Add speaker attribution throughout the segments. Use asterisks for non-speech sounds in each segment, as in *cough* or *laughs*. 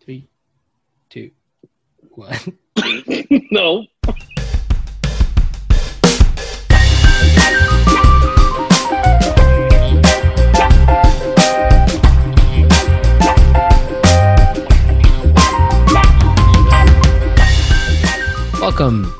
Speaker 1: Three, two, one.
Speaker 2: no.
Speaker 1: Welcome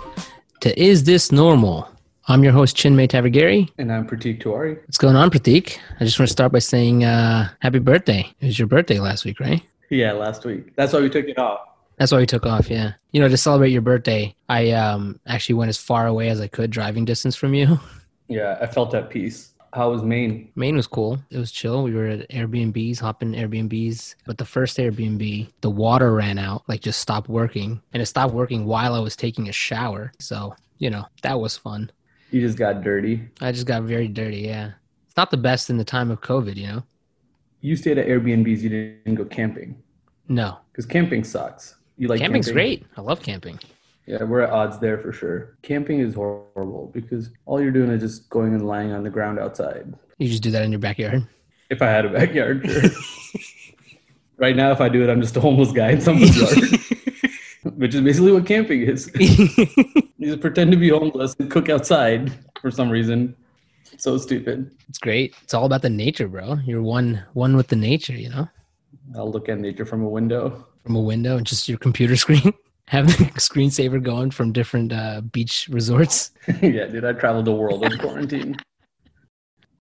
Speaker 1: to Is This Normal? I'm your host, Chinmay Tavagiri.
Speaker 3: And I'm Pratik Tiwari.
Speaker 1: What's going on, Pratik? I just want to start by saying uh, happy birthday. It was your birthday last week, right?
Speaker 3: Yeah, last week. That's why we took it off.
Speaker 1: That's why we took off, yeah. You know, to celebrate your birthday, I um, actually went as far away as I could driving distance from you. *laughs*
Speaker 3: Yeah, I felt at peace. How was Maine?
Speaker 1: Maine was cool. It was chill. We were at Airbnbs, hopping Airbnbs. But the first Airbnb, the water ran out, like just stopped working. And it stopped working while I was taking a shower. So, you know, that was fun.
Speaker 3: You just got dirty.
Speaker 1: I just got very dirty, yeah. It's not the best in the time of COVID, you know?
Speaker 3: You stayed at Airbnbs. You didn't go camping
Speaker 1: No.
Speaker 3: because camping sucks. You like
Speaker 1: Camping's
Speaker 3: camping?
Speaker 1: great. I love camping.
Speaker 3: Yeah, we're at odds there for sure. Camping is horrible because all you're doing is just going and lying on the ground outside.
Speaker 1: You just do that in your
Speaker 3: *laughs*
Speaker 1: backyard.
Speaker 3: If I had a
Speaker 1: *laughs*
Speaker 3: backyard, sure. right now, if I do it, I'm just a homeless guy in
Speaker 1: *laughs*
Speaker 3: someone's yard, which is basically what camping is.
Speaker 1: it's
Speaker 3: You just pretend to be homeless and cook outside for some reason. So stupid.
Speaker 1: great. It's all about the nature, bro. You're one one with the nature, you know?
Speaker 3: I'll look at nature from a window. *laughs*
Speaker 1: From a window and just your computer *laughs* screen. Have the screensaver going from different uh, beach resorts.
Speaker 3: yeah, dude, I traveled the world in quarantine.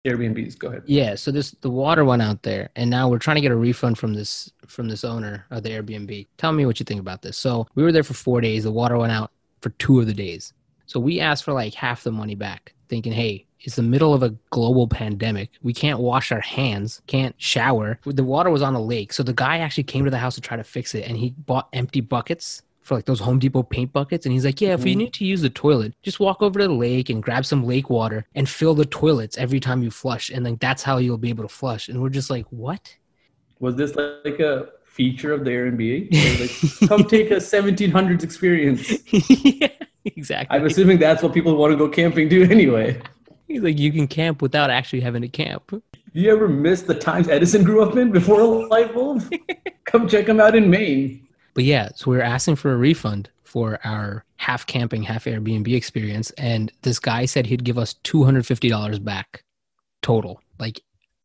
Speaker 3: Airbnbs, go ahead.
Speaker 1: Yeah, so this the water went out there, and now we're trying to get a refund from this from this owner of the Airbnb. Tell me what you think about this. So we were there for four days. The water went out for two of the days. So we asked for like half the money back, thinking, hey, it's the middle of a global pandemic. We can't wash our hands, can't shower. The water was on a lake, so the guy actually came to the house to try to fix it, and he bought empty buckets. For like those Home Depot paint buckets, and he's like, "Yeah, if you
Speaker 3: Mhm.
Speaker 1: need to use the toilet, just walk over to the lake and grab some lake water and fill the toilets every time you flush, and like that's how you'll be able to flush." And we're just like, "What?" *laughs*
Speaker 3: Was this like a feature of the Airbnb? They were Like, Come take a 1700s experience.
Speaker 1: yeah, exactly.
Speaker 3: I'm assuming that's what people who want to *laughs* go camping do anyway.
Speaker 1: he's like, "You can camp without actually having to camp."
Speaker 3: You ever miss the times Edison grew up in before a light bulb? Come check them out in Maine.
Speaker 1: But yeah, so we were asking for a refund for our half camping, half Airbnb experience. And this guy said he'd give us $250 back total. Like,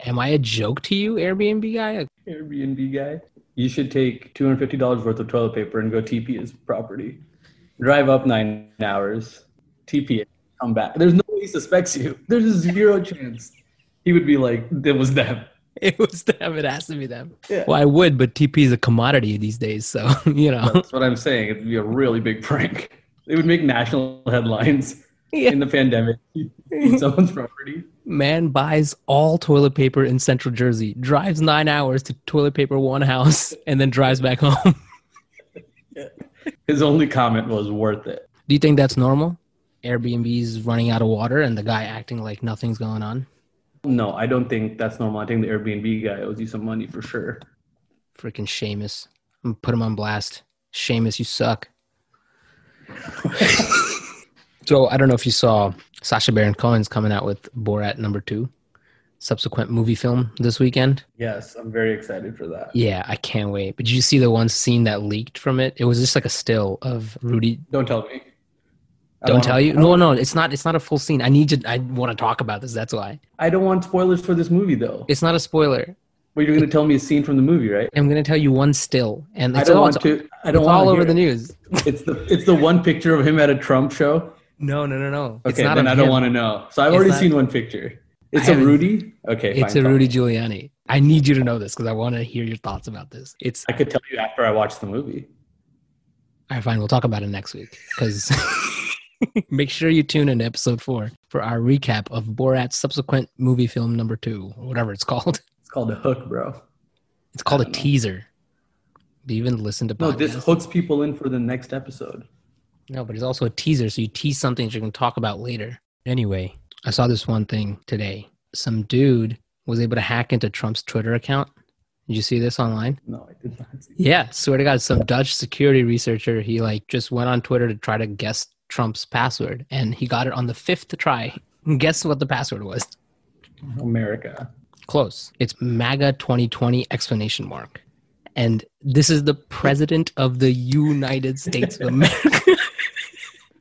Speaker 1: am I a joke to you, Airbnb guy?
Speaker 3: Airbnb guy. You should take $250 worth of toilet paper and go TP his property. Drive up nine hours, TP it, come back. There's no way he suspects you. There's a *laughs* zero chance. He would be like, that was them.
Speaker 1: *laughs* It was them. It has to be them.
Speaker 3: Yeah.
Speaker 1: Well, I would, but TP is a commodity these days. So, *laughs* you know,
Speaker 3: That's what I'm saying. It'd be a really big prank. It would make national *laughs* headlines
Speaker 1: Yeah.
Speaker 3: in the pandemic. *laughs* in someone's property.
Speaker 1: man buys all toilet paper in central Jersey, drives nine hours to toilet paper one house, *laughs* and then drives back home. *laughs*
Speaker 3: His only comment was worth it.
Speaker 1: Do you think that's normal? Airbnb's running out of water and the guy acting like nothing's going on?
Speaker 3: No, I don't think that's normal. I think the Airbnb guy owes you some money for sure.
Speaker 1: Freaking Seamus. I'm gonna put him on blast. Seamus, you
Speaker 3: *laughs*
Speaker 1: suck. so I don't know if you saw Sasha Baron Cohen's coming out with Borat number two, subsequent movie film this weekend.
Speaker 3: Yes, I'm very excited for that.
Speaker 1: Yeah, I can't wait. But did you see the one scene that leaked from it? It was just like a still of Rudy.
Speaker 3: Don't tell me. I
Speaker 1: Don't
Speaker 3: wanna-
Speaker 1: tell you.
Speaker 3: I don't-
Speaker 1: No, no, it's not. It's not a full scene. I need to. I want to talk about this. That's why
Speaker 3: I don't want spoilers for this movie, though.
Speaker 1: it's not a spoiler.
Speaker 3: But you're going to tell me a scene from the movie, right?
Speaker 1: I'm gonna tell you one still, and
Speaker 3: I
Speaker 1: it's
Speaker 3: don't
Speaker 1: all,
Speaker 3: want to. I don't
Speaker 1: it's
Speaker 3: want
Speaker 1: all
Speaker 3: to
Speaker 1: over
Speaker 3: hear
Speaker 1: the
Speaker 3: it.
Speaker 1: news.
Speaker 3: It's the it's the one picture of him at a Trump show.
Speaker 1: No, no, no, no.
Speaker 3: Okay, then I don't
Speaker 1: want.
Speaker 3: want to know. So I've
Speaker 1: It's
Speaker 3: already
Speaker 1: not-
Speaker 3: seen one picture. It's
Speaker 1: I
Speaker 3: a
Speaker 1: haven't-
Speaker 3: Rudy. Okay,
Speaker 1: It's
Speaker 3: fine,
Speaker 1: a
Speaker 3: fine.
Speaker 1: Rudy Giuliani. I need you to know this because I want to hear your thoughts about this. It's
Speaker 3: I could tell you after I watched the movie.
Speaker 1: all right, fine. We'll talk about it next week because *laughs* make sure you tune in to episode four for our recap of Borat's subsequent movie film number two, or whatever it's called. *laughs*
Speaker 3: It's called a hook, bro.
Speaker 1: It's called a
Speaker 3: don't know.
Speaker 1: teaser. Do you even listen to
Speaker 3: No,
Speaker 1: podcasts?
Speaker 3: this hooks people in for the next episode.
Speaker 1: No, but it's also a teaser, so you tease something that you can talk about later. Anyway, I saw this one thing today. Some dude was able to hack into Trump's Twitter account. Did you see this online?
Speaker 3: No, I did not see.
Speaker 1: Yeah, swear to God, some Dutch security researcher, he like just went on Twitter to try to guess Trump's password and he got it on the fifth try. *laughs* Guess what the password was?
Speaker 3: America.
Speaker 1: Close. It's MAGA 2020 explanation mark. And this is the president of the United States of America.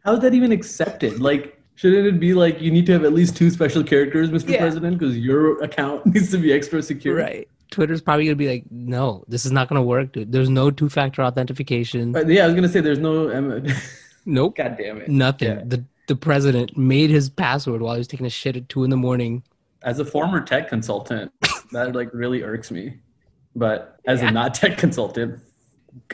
Speaker 3: How is that even accepted? Like, shouldn't it be like you need to have at least two special characters, Mr.
Speaker 1: Yeah.
Speaker 3: President, because your account *laughs* needs to be extra secure?
Speaker 1: right. *laughs* Twitter's probably going to be like, no, this is not going to work, dude. There's no two factor authentication.
Speaker 3: But yeah, I was gonna say there's no. um, *laughs*
Speaker 1: Nope.
Speaker 3: God damn it!
Speaker 1: Nothing.
Speaker 3: Yeah.
Speaker 1: The the president made his password while he was taking a shit at two in the morning.
Speaker 3: As a former tech consultant, that like really irks me. But as a not tech consultant,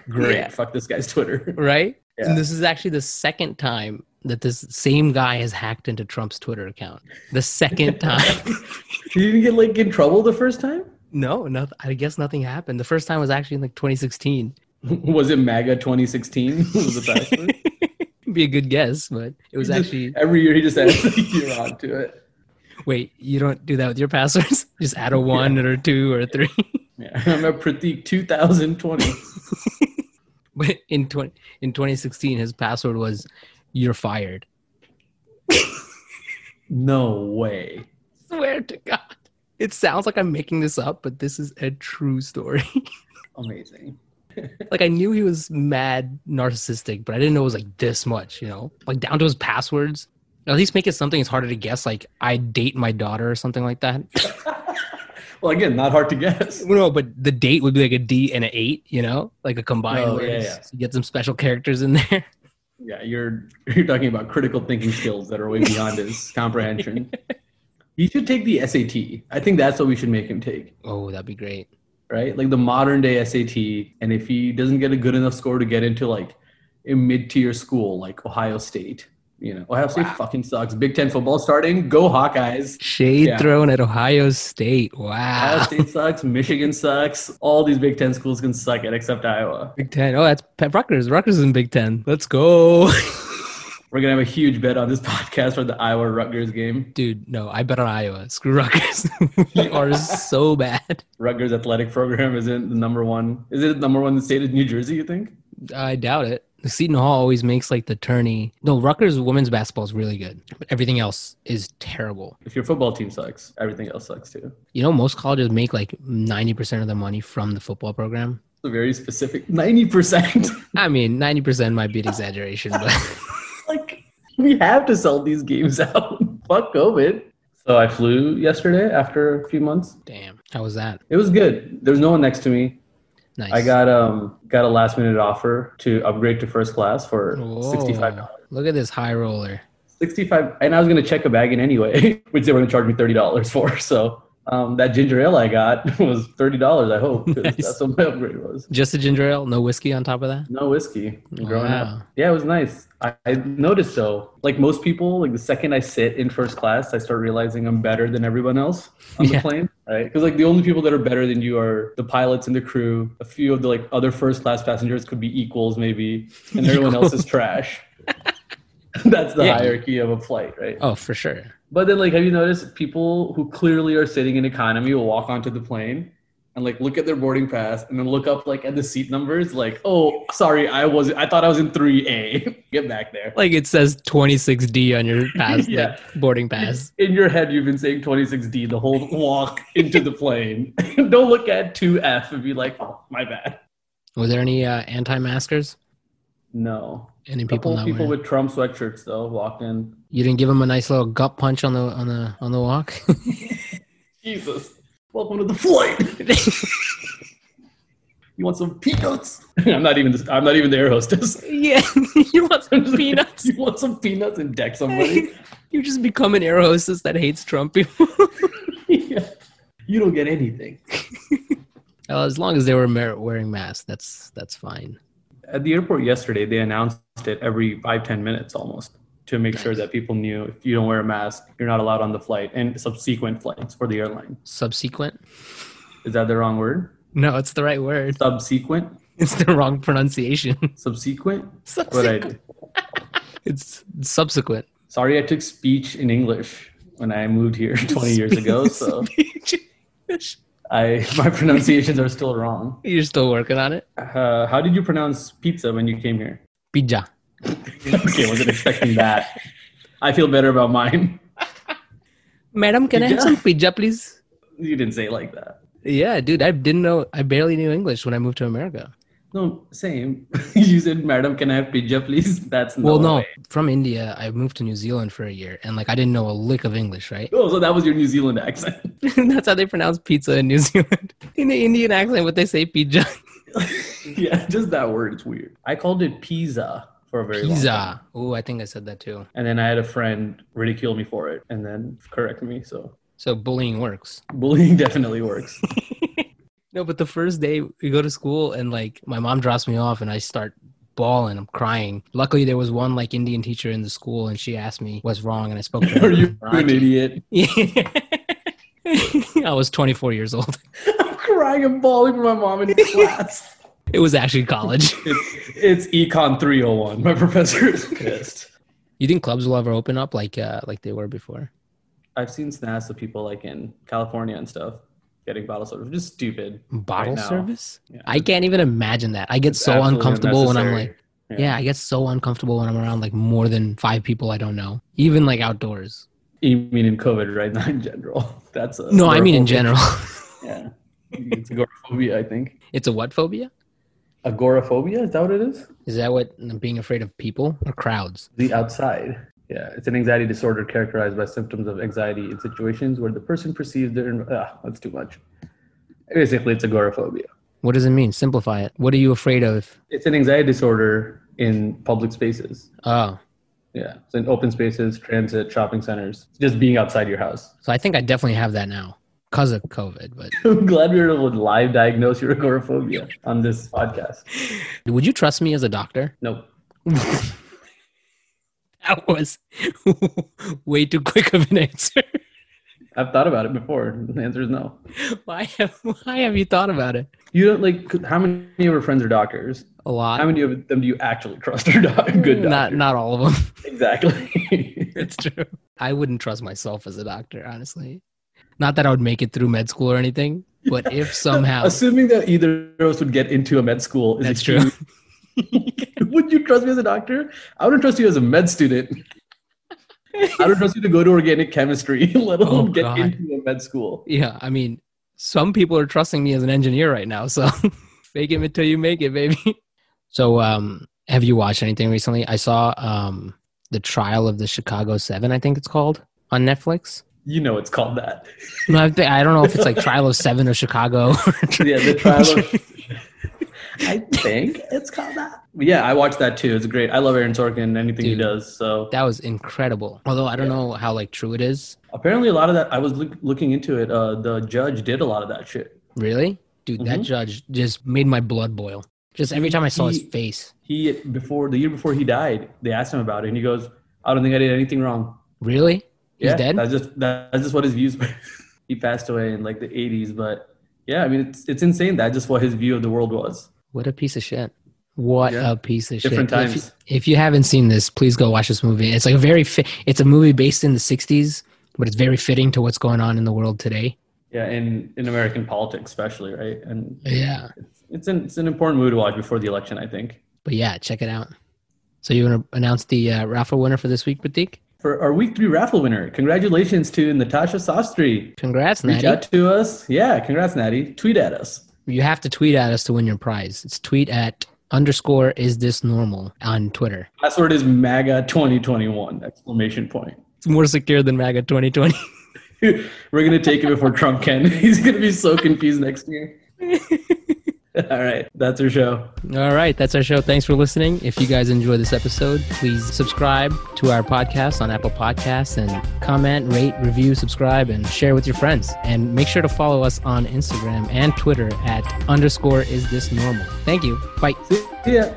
Speaker 3: great.
Speaker 1: Yeah.
Speaker 3: Fuck this guy's Twitter. *laughs*
Speaker 1: Right?
Speaker 3: Yeah.
Speaker 1: And this is actually the second time that this same guy has hacked into Trump's Twitter account. The
Speaker 3: *laughs*
Speaker 1: second time. *laughs*
Speaker 3: Did you get like in trouble the first time? *laughs*
Speaker 1: no, no, I guess nothing happened. The first time was actually in like
Speaker 3: *laughs*
Speaker 1: 2016.
Speaker 3: Was it MAGA *laughs* 2016? Was
Speaker 1: *laughs*
Speaker 3: the password?
Speaker 1: Be a good guess, but it was
Speaker 3: He just-
Speaker 1: actually
Speaker 3: every year he just adds a year on to *laughs* it.
Speaker 1: wait, you don't do that with your passwords? *laughs* Just add a one or a two or a three. *laughs*
Speaker 3: Yeah, *laughs* I'm at Pratik 2020.
Speaker 1: But in 20, in 2016 his password was you're fired.
Speaker 3: No way.
Speaker 1: Swear to God. It sounds like I'm making this up, but this is a true story.
Speaker 3: Amazing.
Speaker 1: like I knew he was mad narcissistic, but I didn't know it was like this much, you know? Like down to his passwords. At least make it something it's harder to guess, like I date my daughter or something like that. *laughs*
Speaker 3: well, again, not hard to guess.
Speaker 1: no, but the date would be like a D and an eight, you know? Like a combined
Speaker 3: Oh,
Speaker 1: word.
Speaker 3: yeah, yeah.
Speaker 1: So you get some special characters in *laughs* there.
Speaker 3: Yeah, you're you're talking about critical thinking skills that are way beyond *laughs* his comprehension. He should take the SAT. I think that's what we should make him take,
Speaker 1: Oh, that'd be great.
Speaker 3: right? Like the modern day SAT. And if he doesn't get a good enough score to get into like a mid tier school like Ohio State, you know, Ohio State fucking sucks. Big Ten football starting. Go Hawkeyes.
Speaker 1: Shade
Speaker 3: Yeah.
Speaker 1: thrown at Ohio State.
Speaker 3: Ohio
Speaker 1: Wow.
Speaker 3: State sucks. Michigan sucks. All these Big Ten schools can suck it except Iowa.
Speaker 1: Big Ten. Oh, that's Pe- Rutgers. Rutgers is in Big Ten. Let's go. *laughs*
Speaker 3: We're gonna have a huge bet on this *laughs* podcast for the Iowa Rutgers game.
Speaker 1: Dude, no, I bet on Iowa. Screw Rutgers. *laughs* we are so bad.
Speaker 3: Rutgers athletic program isn't the number one. Is it the number one in the state of New Jersey? You think?
Speaker 1: I doubt it. Seton Hall always makes like the tourney. No, Rutgers women's basketball is really good, but everything else is terrible.
Speaker 3: If your football team sucks, everything else sucks too.
Speaker 1: You know, most colleges make like 90% of their money from the football program.
Speaker 3: It's a very specific. *laughs* Ninety percent.
Speaker 1: I mean, 90% might be an exaggeration,
Speaker 3: *laughs*
Speaker 1: but
Speaker 3: like we have to sell these games *laughs* out. Fuck COVID. So I flew yesterday after a few months.
Speaker 1: damn. How was that?
Speaker 3: It was good. There's no one next to me.
Speaker 1: Nice.
Speaker 3: I got um got a last minute offer to upgrade to first class for
Speaker 1: Whoa.
Speaker 3: sixty five dollars.
Speaker 1: Look at this high roller.
Speaker 3: 65 and i was going to check a bag in anyway *laughs* which they were going to charge me $30 for so um, that ginger ale i got *laughs* was $30 i hope 'cause
Speaker 1: Nice.
Speaker 3: that's what my upgrade was
Speaker 1: Just a ginger ale, no whiskey on top of that.
Speaker 3: no whiskey growing
Speaker 1: Wow.
Speaker 3: up yeah it was nice I, I noticed though like most people like the second i sit in first class i start realizing i'm better than everyone else on
Speaker 1: Yeah.
Speaker 3: the plane right because like the only people that are better than you are the pilots and the crew a few of the like other first class passengers could be equals maybe
Speaker 1: *laughs*
Speaker 3: and everyone else is trash *laughs* that's the
Speaker 1: Yeah.
Speaker 3: hierarchy of a flight right
Speaker 1: Oh, for sure.
Speaker 3: but then, like, have you noticed people who clearly are sitting in economy will walk onto the plane and like look at their boarding pass and then look up like at the seat numbers, like, oh, sorry, I was, I thought I was in three A. *laughs* Get back there.
Speaker 1: Like it says 26D on your pass,
Speaker 3: *laughs* Yeah.
Speaker 1: like boarding pass.
Speaker 3: In your head, you've been saying 26D the whole walk *laughs* into the plane. *laughs* Don't look at 2F and be like, oh, my bad.
Speaker 1: Were there any uh, anti-maskers?
Speaker 3: No.
Speaker 1: Any people
Speaker 3: People,
Speaker 1: not
Speaker 3: people
Speaker 1: wearing-
Speaker 3: with Trump sweatshirts though walked in.
Speaker 1: You didn't give him a nice little gut punch on the on the on the walk. *laughs*
Speaker 3: Jesus, welcome to the flight. You want some peanuts? *laughs* I'm not even. I'm not even the air hostess.
Speaker 1: yeah, *laughs* you want some peanuts?
Speaker 3: You want some peanuts and deck somebody? *laughs*
Speaker 1: You just become an air hostess that hates Trump *laughs* people.
Speaker 3: Yeah. You don't get anything.
Speaker 1: well, as long as they were mer- wearing masks, that's that's fine.
Speaker 3: At the airport yesterday, they announced it every five ten minutes almost to make sure that people knew if you don't wear a mask, you're not allowed on the flight and subsequent flights for the airline.
Speaker 1: Subsequent?
Speaker 3: Is that the wrong word?
Speaker 1: No, it's the right word. *laughs*
Speaker 3: Subsequent?
Speaker 1: It's the wrong pronunciation. *laughs*
Speaker 3: Subsequent? What I
Speaker 1: subsequent.
Speaker 3: did.
Speaker 1: It's subsequent.
Speaker 3: Sorry, I took speech in English when I moved here *laughs* 20
Speaker 1: *laughs*
Speaker 3: years ago, so I *laughs* my pronunciations are still wrong.
Speaker 1: You're still working on it.
Speaker 3: Uh, how did you pronounce pizza when you came here?
Speaker 1: Pija.
Speaker 3: *laughs* okay, wasn't expecting that. I feel better about mine.
Speaker 1: Madam, can I have
Speaker 3: Pija?
Speaker 1: some pija, please?
Speaker 3: You didn't say it like that.
Speaker 1: Yeah, dude, I didn't know. I barely knew English when I moved to America.
Speaker 3: No, same. *laughs* you said, "Madam, can I have pizza, please?" That's no
Speaker 1: well, no,
Speaker 3: way.
Speaker 1: from India, I moved to New Zealand for a year, and like I didn't know a lick of English, right?
Speaker 3: Oh, so that was your New Zealand accent.
Speaker 1: *laughs*
Speaker 3: *laughs*
Speaker 1: That's how they pronounce pizza in New *laughs* Zealand. In the Indian accent, what they say pizza.
Speaker 3: yeah, just that word. It's weird. I called it pizza for a
Speaker 1: *laughs*
Speaker 3: very long time.
Speaker 1: Pizza. Oh, I think I said that too.
Speaker 3: And then I had a friend ridicule me for it and then correct me. So
Speaker 1: So bullying works.
Speaker 3: bullying *laughs* definitely works.
Speaker 1: No, but the first day we go to school and like my mom drops me off and I start bawling. I'm crying. Luckily, there was one like Indian teacher in the school and she asked me what's wrong and I spoke to her. *laughs*
Speaker 3: Are *laughs* you an
Speaker 1: Raj-
Speaker 3: idiot?
Speaker 1: Yeah. *laughs* I was 24 years old.
Speaker 3: I'm crying and bawling for my mom in class.
Speaker 1: It was actually *laughs* college.
Speaker 3: *laughs* It's, it's Econ 301. My professor is pissed.
Speaker 1: you think clubs will ever open up like uh, like they were before?
Speaker 3: I've seen snaps of people like in California and stuff getting bottle service. Just stupid.
Speaker 1: Bottle
Speaker 3: Right now.
Speaker 1: service?
Speaker 3: Yeah.
Speaker 1: I can't even imagine that. I get
Speaker 3: It's
Speaker 1: so
Speaker 3: absolutely
Speaker 1: uncomfortable when I'm
Speaker 3: unnecessary.
Speaker 1: like Yeah. I get so uncomfortable when I'm around like more than five people I don't know, even like outdoors.
Speaker 3: You mean in COVID right *laughs* now in general? That's a
Speaker 1: No, I mean in
Speaker 3: agoraphobia.
Speaker 1: general. *laughs*
Speaker 3: *laughs* Yeah. It's agoraphobia, I think.
Speaker 1: it's a what phobia?
Speaker 3: Agoraphobia? Is that what it is?
Speaker 1: Is that what being afraid of people or crowds?
Speaker 3: The outside. Yeah, it's an anxiety disorder characterized by symptoms of anxiety in situations where the person perceives their. Ah, that's too much. Basically, it's agoraphobia.
Speaker 1: What does it mean? Simplify it. What are you afraid of?
Speaker 3: It's an anxiety disorder in public spaces.
Speaker 1: Oh,
Speaker 3: Yeah, so in open spaces, transit, shopping centers, just being outside your house. *laughs*
Speaker 1: so I think I definitely have that now because of COVID. But
Speaker 3: I'm glad we were able to live diagnose your agoraphobia on this podcast.
Speaker 1: would you trust me as a doctor? *laughs*
Speaker 3: Nope.
Speaker 1: that was *laughs* way too quick of an *laughs* answer.
Speaker 3: I've thought about it before. The answer is no.
Speaker 1: why have Why have you thought about it?
Speaker 3: You don't like how many of your friends are doctors?
Speaker 1: A lot.
Speaker 3: How many of them do you actually trust are doc- good doctors?
Speaker 1: Not not all of them.
Speaker 3: Exactly.
Speaker 1: *laughs*
Speaker 3: *laughs*
Speaker 1: It's true. I wouldn't trust myself as a doctor, honestly. Not that I would make it through med school or anything, but if
Speaker 3: *laughs*
Speaker 1: somehow
Speaker 3: Assuming that either of us would get into a med school is
Speaker 1: that's
Speaker 3: a
Speaker 1: true.
Speaker 3: huge- *laughs* would you trust me as a doctor? I wouldn't trust you as a med student. I don't trust you to go to organic chemistry, *laughs* let alone
Speaker 1: Oh,
Speaker 3: get
Speaker 1: God.
Speaker 3: into a med school.
Speaker 1: Yeah, I mean, some people are trusting me as an engineer right now, so *laughs* fake it until you make it, baby. So, um, have you watched anything recently? I saw um, the trial of the Chicago Seven, I think it's called, on Netflix.
Speaker 3: You know it's called that.
Speaker 1: No, I, think, I don't know if
Speaker 3: *laughs*
Speaker 1: it's like Trial of Seven of Chicago.
Speaker 3: Yeah, the
Speaker 1: *laughs*
Speaker 3: trial of. I think it's called that. Yeah, I watched that too. It's great. I love Aaron Sorkin, anything he
Speaker 1: Dude.
Speaker 3: does. So
Speaker 1: that was incredible. Although I don't know how like true it is.
Speaker 3: apparently, a lot of that. I was look, looking into it. Uh, the judge did a lot of that shit.
Speaker 1: Really? Dude, that
Speaker 3: Mhm.
Speaker 1: judge just made my blood boil. Just every time I saw his
Speaker 3: He-
Speaker 1: face.
Speaker 3: He before the year before he died, they asked him about it, and he goes, "I don't think I did anything wrong."
Speaker 1: Really? He's dead?
Speaker 3: That's just that, that's just what his views. were. *laughs* he passed away in like the 80s, but yeah, I mean it's it's insane. That's just what his view of the world was.
Speaker 1: What a piece of shit. What
Speaker 3: Yeah.
Speaker 1: a piece of
Speaker 3: Different
Speaker 1: shit. If,
Speaker 3: times.
Speaker 1: if you haven't seen this, please go watch this movie. It's like a very fi- it's a movie based in the 60s, but it's very fitting to what's going on in the world today.
Speaker 3: Yeah, in in American politics especially, right? And
Speaker 1: Yeah.
Speaker 3: it's an it's an important movie to watch before the election, I think.
Speaker 1: But yeah, check it out. So you want to announce the uh, raffle winner for this week, Pratik?
Speaker 3: For our week three raffle winner, congratulations to Natasha Sastry.
Speaker 1: Congrats,
Speaker 3: Reach
Speaker 1: Natty.
Speaker 3: out to us. Yeah, congrats, Natty. Tweet at us.
Speaker 1: You have to tweet at us to win your prize. It's tweet at underscore is this normal on Twitter.
Speaker 3: Password is MAGA 2021 exclamation point.
Speaker 1: It's more secure than MAGA 2020.
Speaker 3: We're gonna take it before Trump can. *laughs* He's gonna be so confused next year. All right, that's our show.
Speaker 1: All right, that's our show. Thanks for listening. If you guys enjoyed this episode, please subscribe to our podcast on Apple Podcasts and comment, rate, review, subscribe, and share with your friends. And make sure to follow us on Instagram and Twitter at underscore is this normal. Thank you. Bye.
Speaker 3: See ya.